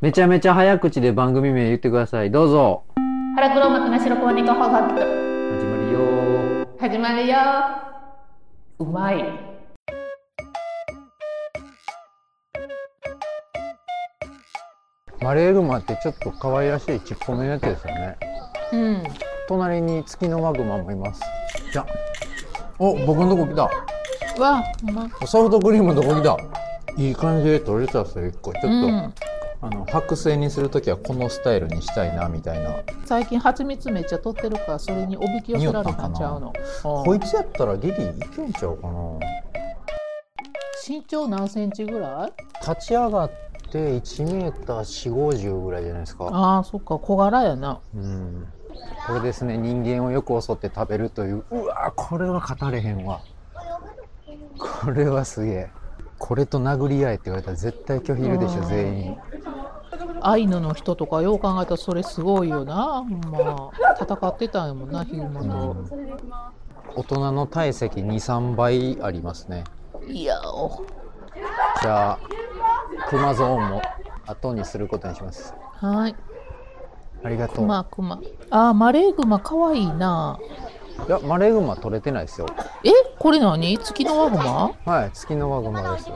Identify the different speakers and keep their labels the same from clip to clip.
Speaker 1: めちゃめちゃ早口で番組名言ってください。どうぞ。
Speaker 2: 腹黒幕な白黒猫ハガキと
Speaker 1: 始まるよー。
Speaker 2: 始まるようまい
Speaker 1: マレーグマってちょっと可愛らしいちっこめのやつですよね。
Speaker 2: うん
Speaker 1: 隣に月のマグマもいます。じゃ。お、僕のとこ来た。
Speaker 2: わうま
Speaker 1: ソフトクリームのとこ来た。いい感じで取れたっすよ、一個。ちょっと、
Speaker 2: うん
Speaker 1: あの、白製にするときはこのスタイルにしたいな、みたいな。
Speaker 2: 最近蜂蜜めっちゃ取ってるからそれにおびき寄せられたんちゃうの
Speaker 1: こいつやったらリリーいけんちゃうかな。
Speaker 2: 身長何センチぐらい
Speaker 1: 立ち上がって1メーター4、50ぐらいじゃないですか。
Speaker 2: ああそっか小柄やな
Speaker 1: うん。これですね、人間をよく襲って食べるという。うわこれは語れへんわ。これはすげえ。これと殴り合えって言われたら絶対拒否いるでしょ、
Speaker 2: うん
Speaker 1: 全員。
Speaker 2: アイヌの人とかよう考えたらそれすごいよなほんま戦ってたんやもんなヒグマと、
Speaker 1: 大人の体積2、3倍ありますね。
Speaker 2: いやお
Speaker 1: じゃあ、クマゾーンも後にすることにします。
Speaker 2: はい
Speaker 1: ありがと
Speaker 2: ク
Speaker 1: う。
Speaker 2: マクマあーマレーグマかわいいない
Speaker 1: や、マレーグマ取れてないですよ。
Speaker 2: えこれ何月のワグマ
Speaker 1: はい、月のワグマです。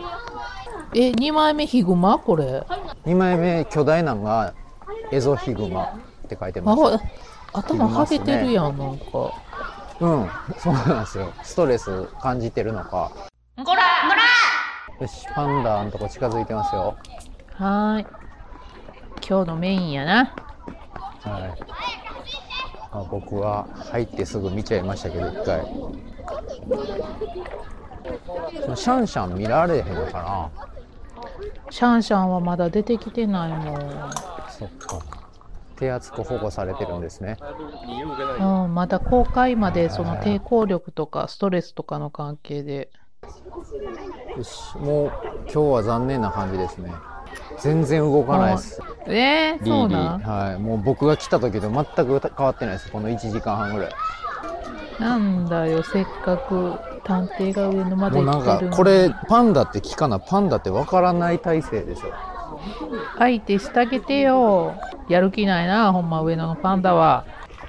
Speaker 2: え二枚目ヒグマこれ
Speaker 1: 2枚目巨大なのがエゾヒグマって書いて
Speaker 2: あ
Speaker 1: ます
Speaker 2: ほ頭はげてるやん、なんか
Speaker 1: うんそうなんですよストレス感じてるのかよしパンダのとこ近づいてますよ
Speaker 2: はーい今日のメインやな
Speaker 1: はいあ僕は入ってすぐ見ちゃいましたけど一回そのシャンシャン見られへんのか
Speaker 2: シャンシャンはまだ出てきてないも
Speaker 1: なそっか手厚く保護されてるんですね
Speaker 2: ん、うん、まだ公開までその抵抗力とかストレスとかの関係で
Speaker 1: よしもう今日は残念な感じですね全然動かないです
Speaker 2: えー、
Speaker 1: リー
Speaker 2: そう
Speaker 1: リー
Speaker 2: なん
Speaker 1: はい、もう僕が来た時と全く変わってないですこの1時間半ぐらい
Speaker 2: なんだよせっかく探偵が上野まで
Speaker 1: もうな
Speaker 2: 行
Speaker 1: ん
Speaker 2: って
Speaker 1: か
Speaker 2: るのに
Speaker 1: これパンダって聞かなパンダってわからない体勢でしょ
Speaker 2: 相手してあげてよやる気ないなほんま上野のパンダは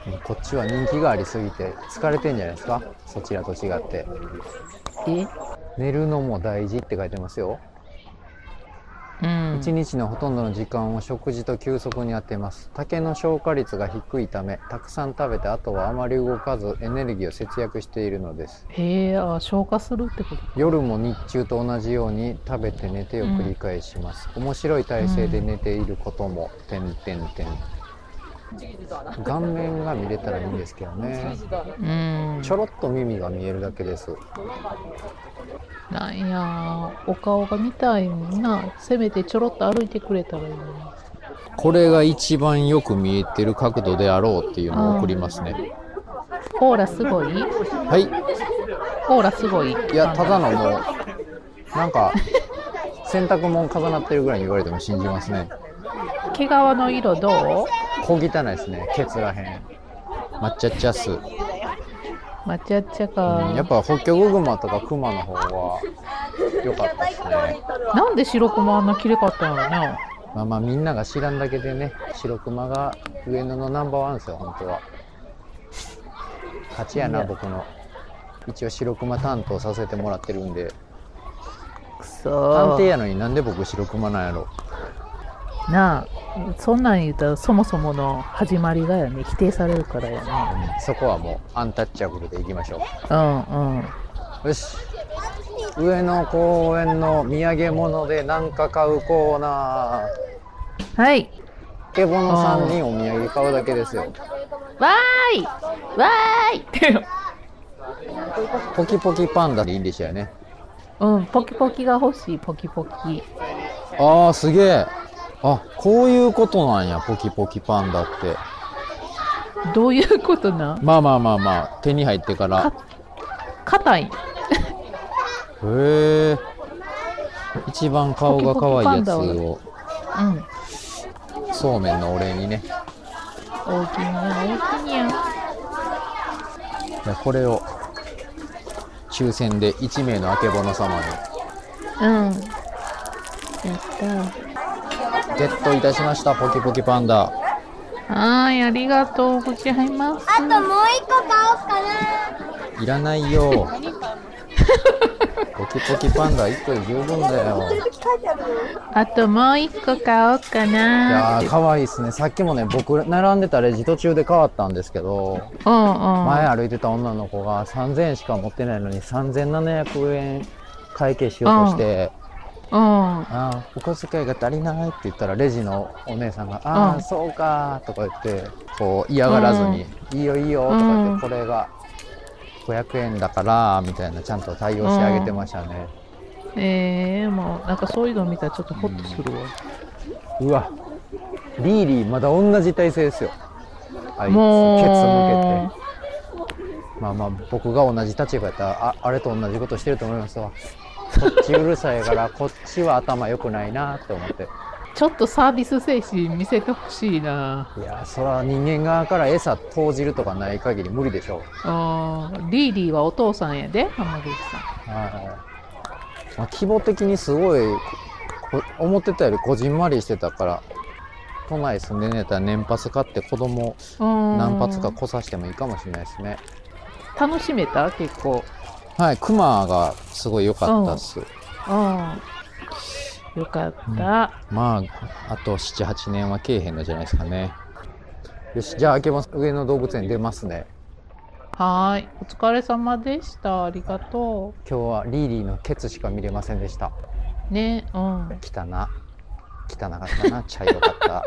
Speaker 1: もうこっちは人気がありすぎて疲れてんじゃないですかそちらと違って
Speaker 2: え
Speaker 1: 寝るのも大事って書いてますよ
Speaker 2: うん
Speaker 1: 1日のほとんどの時間を食事と休息に当てます竹の消化率が低いためたくさん食べてあとはあまり動かずエネルギーを節約しているのです
Speaker 2: へえあ消化するってこと
Speaker 1: 夜も日中と同じように食べて寝てを繰り返します、面白い体勢で寝ていることも、点々点顔面が見れたらいいんですけどね
Speaker 2: うん
Speaker 1: ちょろっと耳が見えるだけです
Speaker 2: なんやお顔が見たいもんなせめてちょろっと歩いてくれたらいいのに
Speaker 1: これが一番よく見えてる角度であろうっていうのを送りますね
Speaker 2: コーラすごい
Speaker 1: はい
Speaker 2: コーラすごい
Speaker 1: いやただのもうなんか洗濯物重なってるぐらいに言われても信じますね
Speaker 2: 毛皮の色ど
Speaker 1: 小汚いですねケツらへん抹茶チャス
Speaker 2: う抹茶っちゃ
Speaker 1: うんやっ
Speaker 2: か
Speaker 1: ぱホッキョクグマとかクマの方は良かったですね。
Speaker 2: なんで白熊あんな綺麗かったんやろな
Speaker 1: まあまあみんなが知らんだけでね、白クマが上野のナンバーワンですよ、本当は。勝ちや
Speaker 2: い
Speaker 1: な、
Speaker 2: や
Speaker 1: 僕の。一応白クマ担当させてもらってるんで。
Speaker 2: く
Speaker 1: 探
Speaker 2: そ
Speaker 1: 偵やのになんで僕白クマなんやろ。
Speaker 2: なあそんなん言うたらそもそもの始まりがやね否定されるからやね
Speaker 1: うんそこはもうアンタッチャブルでいきましょ
Speaker 2: うんうん
Speaker 1: う。よし。上野公園の土産物で何か買うコーナー。
Speaker 2: はい
Speaker 1: スケボの3人お土産買うだけですよ。
Speaker 2: わーいわーい って
Speaker 1: ポキポキパンダでいいんでしたよね。
Speaker 2: うんポキポキが欲しいポキポキ
Speaker 1: あーすげえあこういうことなんやポキポキパンダって
Speaker 2: どういうことなん
Speaker 1: まあまあまあまあ手に入ってから
Speaker 2: か硬い
Speaker 1: へえ一番顔が可愛いやつを
Speaker 2: うん
Speaker 1: そうめんのお礼にね
Speaker 2: 大きいにゃ大きいにゃ
Speaker 1: じゃあこれを抽選で1名のあけぼの様に
Speaker 2: うんやった
Speaker 1: ゲットいたしましたポキポキパンダ
Speaker 2: はい、ありがとうございます。
Speaker 3: あともう一個買おうかな。
Speaker 1: いらないよポキポキパンダ1個で十分だよ
Speaker 2: あともう一個買おうか
Speaker 1: いや
Speaker 2: な。
Speaker 1: ー可愛いですねさっきもね僕並んでたレジ途中で変わったんですけど
Speaker 2: うん
Speaker 1: 前歩いてた女の子が3000円しか持ってないのに3700円会計しようとして
Speaker 2: うん。うん
Speaker 1: 「あーお小遣いが足りない」って言ったらレジのお姉さんが「あ
Speaker 2: う
Speaker 1: あ
Speaker 2: ん
Speaker 1: そうか」とか言ってこう嫌がらずに「いいよいいよ」とか言
Speaker 2: う
Speaker 1: っ
Speaker 2: ん
Speaker 1: てこれが500円だからみたいなちゃんと対応してあげてましたね
Speaker 2: えー、もうなんかそういうの見たらちょっとホッとするわ。
Speaker 1: うわリーリーまだ同じ体勢ですよあいつケツ向け
Speaker 2: も
Speaker 1: て。まあまあ僕が同じ立場やったらああれと同じことしてると思いますわこっちうるさいからこっちは頭良くないなって思って
Speaker 2: う、ちょっとサービス精神見せてほしいな。
Speaker 1: いやそれは人間側から餌投じるとかない限り無理でしょ
Speaker 2: うん。リーリーはお父さんやで、浜口さん。
Speaker 1: う、はいまあ、規模的にすごいこ思ってたよりこじんまりしてたから都内住んでねたら年パス買って子供
Speaker 2: うん
Speaker 1: 何発か来さしてもいいかもしれないですね
Speaker 2: 楽しめた結構
Speaker 1: はいクマがすごい良かったっす、
Speaker 2: うんよかった、
Speaker 1: まあ、あと7、8年はけえへんのじゃないですかね。よし、じゃあ開けます。上野動物園出ますね。
Speaker 2: はーいお疲れ様でしたありがと
Speaker 1: 今日はリーリーのケツしか見れませんでした。
Speaker 2: うねうん
Speaker 1: 汚な。汚かった な。茶色かった。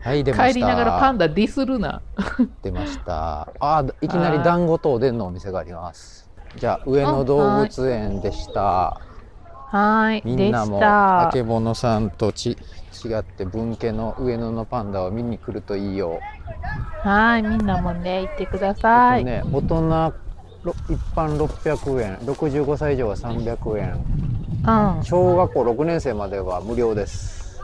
Speaker 1: はい、出ました。
Speaker 2: 帰りながらパンダディスるな
Speaker 1: 出ました。あー、いきなり団子とおでんのお店があります。じゃあ、上野動物園でした。
Speaker 2: はーい
Speaker 1: みん
Speaker 2: で
Speaker 1: な
Speaker 2: し
Speaker 1: も、
Speaker 2: た
Speaker 1: あけぼのさんとち違って、文家の上野のパンダを見に来るといいよ。
Speaker 2: はーいみんなもね行ってくださ
Speaker 1: えっ
Speaker 2: い、
Speaker 1: とね、大人ろ一般600円65歳以上は300円
Speaker 2: うんは
Speaker 1: 小学校6年生までは無料です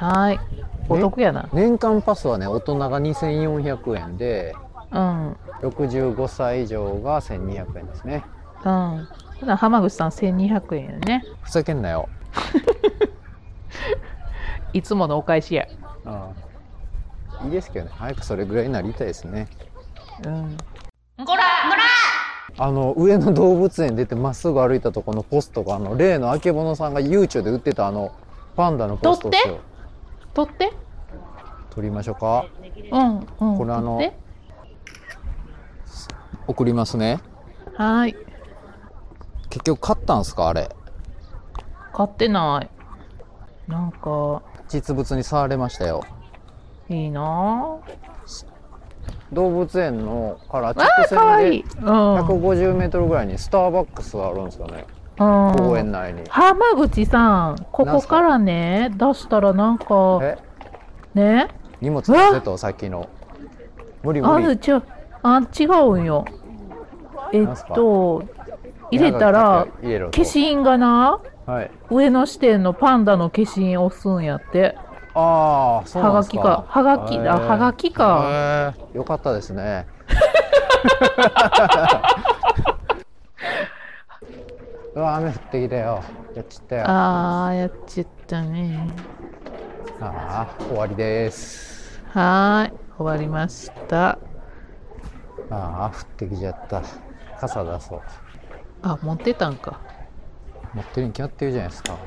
Speaker 2: ーいお得やな、
Speaker 1: 年間パスはね大人が2400円で
Speaker 2: うんうん
Speaker 1: 65歳以上が1200円ですね
Speaker 2: ほな浜口さん1200円やね
Speaker 1: ふざけんなよ、
Speaker 2: いつものお返しや
Speaker 1: いいですけどね早くそれぐらいになりたいですね
Speaker 2: うん
Speaker 1: あの上野動物園出てまっすぐ歩いたところのポストがあの例のあけぼのさんが YouTube で売ってたあのパンダのポストですよ
Speaker 2: 取って
Speaker 1: 撮りましょうか
Speaker 2: うんうん
Speaker 1: これあの
Speaker 2: 取って
Speaker 1: 送りますね
Speaker 2: はーい
Speaker 1: 結局買ったんすかあれ
Speaker 2: 買ってないなんか
Speaker 1: 実物に触れましたよ
Speaker 2: いいなぁ
Speaker 1: 動物園のから直
Speaker 2: わあかわい
Speaker 1: 線
Speaker 2: い
Speaker 1: で、
Speaker 2: うん
Speaker 1: 1 5 0ルぐらいにスターバックスがあるんですよね
Speaker 2: うん
Speaker 1: 公園内に
Speaker 2: 浜口さんこ
Speaker 1: なん
Speaker 2: こ
Speaker 1: すか
Speaker 2: からね出したらなんか
Speaker 1: え
Speaker 2: ね
Speaker 1: 荷物出せとさっきの無理
Speaker 2: あ
Speaker 1: 無
Speaker 2: る
Speaker 1: 理
Speaker 2: ちょあ違うんよえっ
Speaker 1: なんすか
Speaker 2: と入れたら
Speaker 1: 入れろと
Speaker 2: 消印がな
Speaker 1: はい
Speaker 2: 上の支店のパンダの消印押すんやって
Speaker 1: ああそうな
Speaker 2: は
Speaker 1: ん
Speaker 2: が
Speaker 1: です
Speaker 2: き
Speaker 1: か
Speaker 2: かはがきだはがきか
Speaker 1: かよかったです ねうわ雨降ってきたよやっちったよあ
Speaker 2: あーやっちゃったね
Speaker 1: あー終わりです
Speaker 2: はーい終わりました
Speaker 1: ああ降ってきちゃった傘出そう
Speaker 2: あ持ってたんか
Speaker 1: 持ってるに決まってるじゃないですか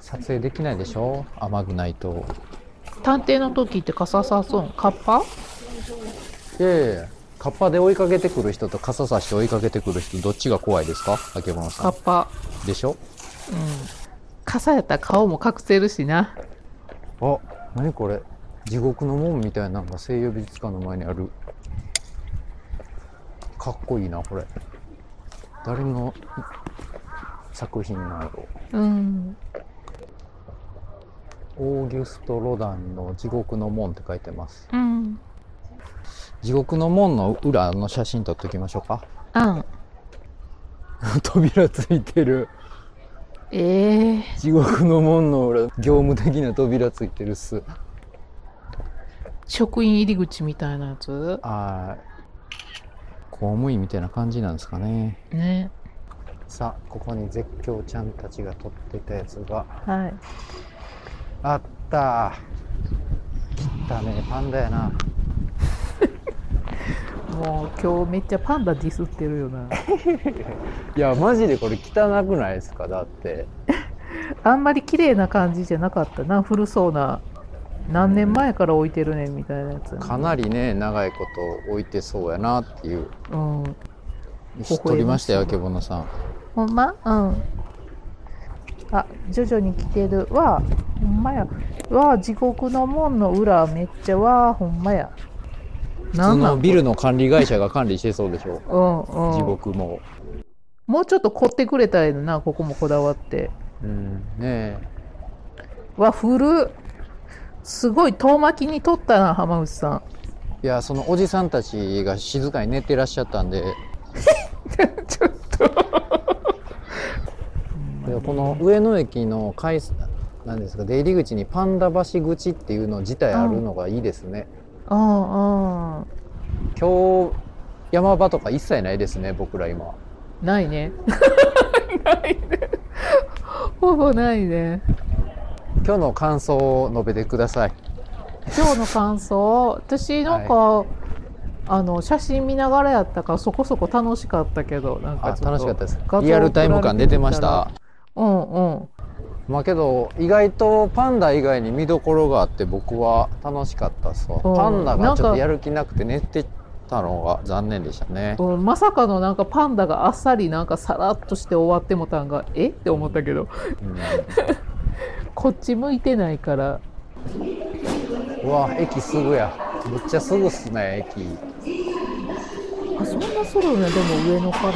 Speaker 1: 撮影できないでしょ雨具ないと
Speaker 2: 探偵の時って傘さそんカッパ
Speaker 1: いやいやいやカッパで追いかけてくる人と傘差して追いかけてくる人どっちが怖いですかあけぼの
Speaker 2: カ
Speaker 1: さ
Speaker 2: ッパ
Speaker 1: んでしょ
Speaker 2: 傘やったら顔も隠せるしな
Speaker 1: あ何これ地獄の門みたいなのが西洋美術館の前にあるかっこいいなこれ誰の作品なんやろ
Speaker 2: うん
Speaker 1: オーギュスト・ロダンの「地獄の門」って書いてます
Speaker 2: うん
Speaker 1: 地獄の門の裏の写真撮っときましょうか
Speaker 2: あん
Speaker 1: 扉ついてる
Speaker 2: ええ
Speaker 1: 地獄の門の裏業務的な扉ついてるっす
Speaker 2: 職員入り口みたいなやつ
Speaker 1: あー公務員みたいな感じなんですかね
Speaker 2: ね
Speaker 1: さあここに絶叫ちゃんたちが撮ってたやつが
Speaker 2: はい
Speaker 1: あった来たねパンダやな
Speaker 2: もう今日めっちゃパンダディスってるよな
Speaker 1: いやマジでこれ汚くないですかだって
Speaker 2: あんまり綺麗な感じじゃなかったな古そうな何年前から置いてるねんみたいなやつやな、
Speaker 1: かなりね長いこと置いてそうやなっていう
Speaker 2: うん
Speaker 1: 石取りましたよあけぼのさん
Speaker 2: ほんまうんあ徐々に来てるわほんまやわ地獄の門の裏めっちゃわほんまやな
Speaker 1: そ
Speaker 2: んな
Speaker 1: の
Speaker 2: ん
Speaker 1: ビルの管理会社が管理してそうでしょ
Speaker 2: うんうん
Speaker 1: 地獄も
Speaker 2: もうちょっと凝ってくれたらええのなここもこだわって
Speaker 1: うんね
Speaker 2: わ古っすごい遠巻きに撮ったな浜口さん
Speaker 1: えいやそのおじさんたちが静かに寝てらっしゃったんで
Speaker 2: ちょっ
Speaker 1: でこの上野駅の改なんですか出入り口にパンダ橋口っていうの自体あるのがいいですね、
Speaker 2: とうんうん
Speaker 1: 今日山場とか一切ないですね僕ら今
Speaker 2: ないね ないねほぼないね
Speaker 1: 今日の感想を述べてください
Speaker 2: 今日の感想私なんか、あの写真見ながらやったからそこそこ楽しかったけどなん
Speaker 1: あ
Speaker 2: かちょっと
Speaker 1: 楽しかったです
Speaker 2: 画像
Speaker 1: リアルタイム感出てました
Speaker 2: うんうん
Speaker 1: まあけど意外とパンダ以外に見どころがあって僕は楽しかったっすわ
Speaker 2: うん
Speaker 1: パンダがちょ
Speaker 2: な
Speaker 1: っ
Speaker 2: ん
Speaker 1: と
Speaker 2: か
Speaker 1: やる気なくて寝てたのが残念でしたね
Speaker 2: うん、まさかのなんかパンダがあっさりなんかさらっとして終わってもたんがえって思ったけど
Speaker 1: う
Speaker 2: こっち向いてないから
Speaker 1: んうわ駅すぐやむっちゃすぐっすね
Speaker 2: あそんなするねでも上野から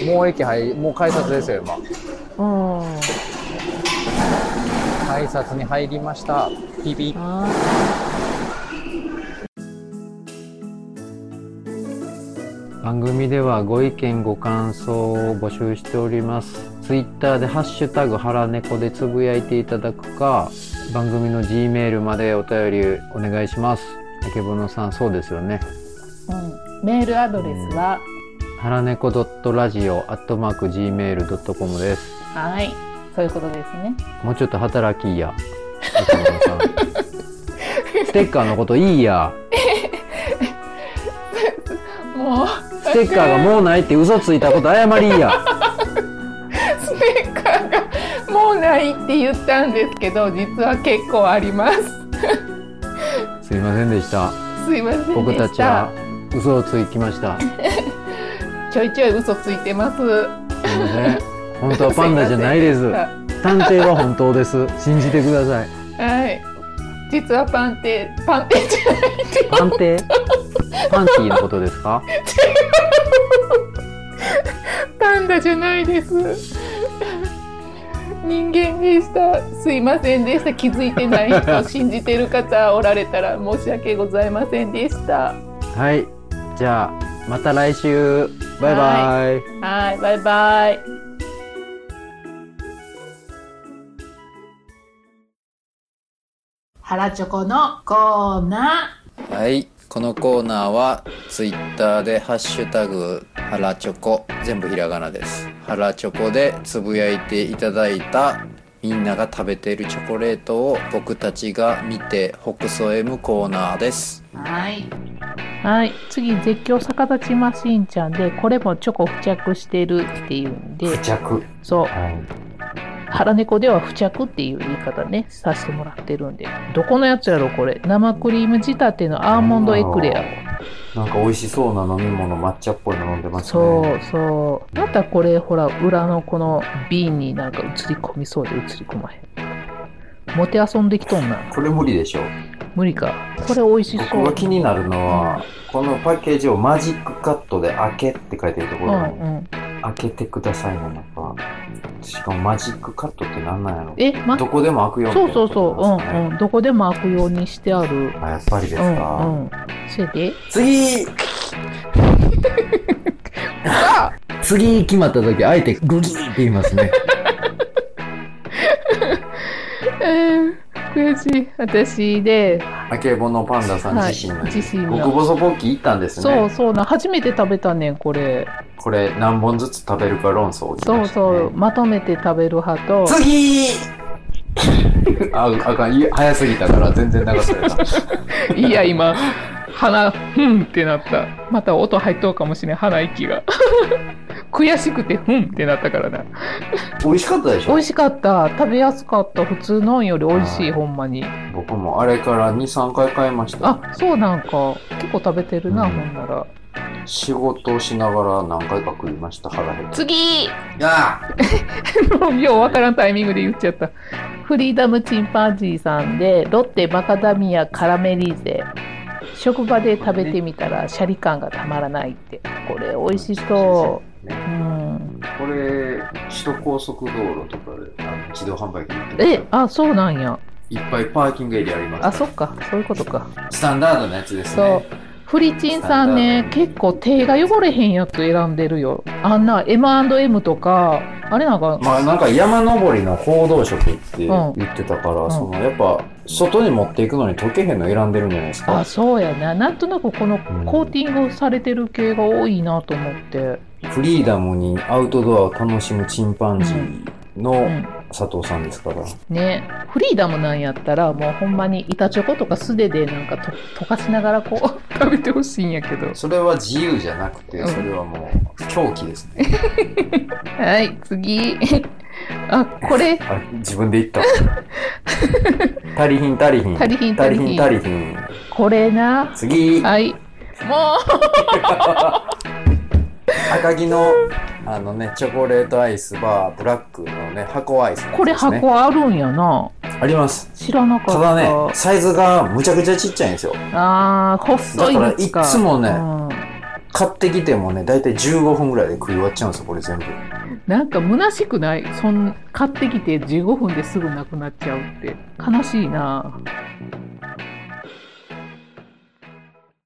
Speaker 1: 駅もう駅入りもう改札ですよ今
Speaker 2: うん
Speaker 1: 改札に入りましたピピ
Speaker 2: あ
Speaker 1: 番組ではご意見ご感想を募集しておりますツイッターでハッシュタグ腹猫でつぶやいていただくか番組の G メールまでお便りお願いしますあけぼのさんそうですよね
Speaker 2: ー、うん、メールアドレスは、
Speaker 1: 腹猫ドットラジオアットマーク Gmail.com です
Speaker 2: はいそういうことですね
Speaker 1: もうちょっと働きいやあけぼのさんステッカーのこといいや
Speaker 2: もう
Speaker 1: ステッカーがもうないって嘘ついたこと謝りいや
Speaker 2: ステッカーがもうないって言ったんですけど実は結構あります
Speaker 1: すいませんでした
Speaker 2: すいませんでした
Speaker 1: 僕たちは嘘をついきました
Speaker 2: ちょいちょい嘘ついてます
Speaker 1: すいません。本当はパンダじゃないです。探偵は本当です。信じてください。
Speaker 2: はい実はパンテパンテ じゃない
Speaker 1: パンテ？パンティーのことですか？
Speaker 2: パンダじゃないです 人間でしたすいませんでした気づいてない人信じてる方おられたら申し訳ございませんでした
Speaker 1: はい。じゃあまた来週。バイバイ。
Speaker 2: はいバイバイハラチョコのコーナ
Speaker 1: はい。このコーナーはツイッターでハッシュタグハラチョコ全部ひらがなです。ハラチョコでつぶやいていただいた。みんなが食べているチョコレートを僕たちが見てほくそ笑むコーナーです。
Speaker 2: ーはいはい次絶叫逆立ちマシンちゃんでこれもチョコ付着してるっていうんで
Speaker 1: 着。
Speaker 2: そう
Speaker 1: はい。
Speaker 2: 腹猫では付着っていう言い方ねさせてもらってるんでどこのやつやろこれ生クリーム仕立てのアーモンドエクレア
Speaker 1: なんか美味しそうな飲み物抹茶っぽいの飲んでますね
Speaker 2: そうそうまたこれほら裏のこの瓶になんか映り込みそうで映り込まへんもて遊んできとんな
Speaker 1: これ無理でしょ
Speaker 2: 無理かこれ美味しそ
Speaker 1: 僕
Speaker 2: う
Speaker 1: が気になるのはこのパッケージをマジックカットで「開け」って書いてるとこ
Speaker 2: うん
Speaker 1: ろ
Speaker 2: う
Speaker 1: に
Speaker 2: ん
Speaker 1: 「開けてください」なのかしかもマジックカットってなんなんやろ
Speaker 2: えま
Speaker 1: どこでも開くように
Speaker 2: そうそうそう
Speaker 1: なって
Speaker 2: う
Speaker 1: る
Speaker 2: ん
Speaker 1: んですかね
Speaker 2: うんどこでも開くようにしてある
Speaker 1: あやっぱりです
Speaker 2: う
Speaker 1: か、
Speaker 2: んうんせやで
Speaker 1: 次次決まった時あえてグギーって言います ね
Speaker 2: えー、悔しい私で
Speaker 1: あけぼのパンダさん自身の、
Speaker 2: はい自身の
Speaker 1: 極細ポッキー行ったんですね
Speaker 2: そうそうな初めて食べたねんこれ
Speaker 1: これ何本ずつ食べるか論争を聞きました
Speaker 2: そ
Speaker 1: ね
Speaker 2: うそうまとめて食べる派と
Speaker 1: 次あ、あかん。い早すぎたから全然流された。
Speaker 4: いいや、今、鼻、ふんってなった。また音入っとうかもしれん、鼻息 が。悔しくて、ふんってなったからな。
Speaker 1: 美味しかったでし
Speaker 2: 美
Speaker 1: ょ
Speaker 2: 味しかった食べやすかった普通のんより美味しいほんまに
Speaker 1: 僕もあれから2、3回買いました。
Speaker 2: あそうなんか結構食べてるな、
Speaker 1: うん
Speaker 2: ほんなら
Speaker 1: 仕事をしながら何回か食いました、腹減っ
Speaker 4: 次
Speaker 1: た。あ、
Speaker 4: ようわからんタイミングで言っちゃった。
Speaker 2: フリーダムチンパンジーさんでロッテマカダミアカラメリーゼ職場で食べてみたらシャリ感がたまらないってこれ美味しそう
Speaker 1: ね
Speaker 2: う、うん
Speaker 1: これ、首都高速道路とかであの自動販売機に行って
Speaker 2: え
Speaker 1: ます
Speaker 2: あそうなんや
Speaker 1: いっぱいパーキングエリアあります
Speaker 2: あそっかそういうことか
Speaker 1: スタンダードなやつです
Speaker 2: そう
Speaker 1: ね。
Speaker 2: フリチンさんね結構手が汚れへんやつ選んでるよあんな M&M とかあれなんか
Speaker 1: まあなんか山登りの報道食って言ってたから、
Speaker 2: うん
Speaker 1: そのやっぱ外に持っていくのに溶けへんの選んでるんじゃないですか
Speaker 2: あそうやななんとなくこのコーティングされてる系が多いなと思って、
Speaker 1: フリーダムにアウトドアを楽しむチンパンジー
Speaker 2: う
Speaker 1: の
Speaker 2: ん、
Speaker 1: 佐藤さんですから、
Speaker 2: ねフリーダムなんやったらもうほんまに板チョコとか素手でなんかと溶かしながらこう
Speaker 4: 食べてほしいんやけど。
Speaker 1: それは自由じゃなくて
Speaker 4: うん
Speaker 1: それはもう狂気ですね、
Speaker 4: はい、次。あ、これ、
Speaker 1: あ自分で言った 足りひん足りひん
Speaker 4: 足りひん
Speaker 1: 足
Speaker 4: 足
Speaker 1: り
Speaker 4: り
Speaker 1: ひ
Speaker 4: ひ
Speaker 1: ん
Speaker 4: ん
Speaker 1: 足りひん
Speaker 2: これな
Speaker 1: 次
Speaker 4: はい。も
Speaker 1: 赤城のあのねチョコレートアイスバーブラックのね箱アイスのやつですね、
Speaker 2: これ箱あるんやな
Speaker 1: あります
Speaker 2: 知らなかった
Speaker 1: ただねサイズがむちゃくちゃちっちゃいんですよ
Speaker 2: あー細いやつ
Speaker 1: だからいつもね
Speaker 2: うん
Speaker 1: 買ってきてもね大体15分ぐらいで食い終わっちゃうんですよこれ全部
Speaker 4: なんか虚しくないそん買ってきて15分ですぐなくなっちゃうって悲しいな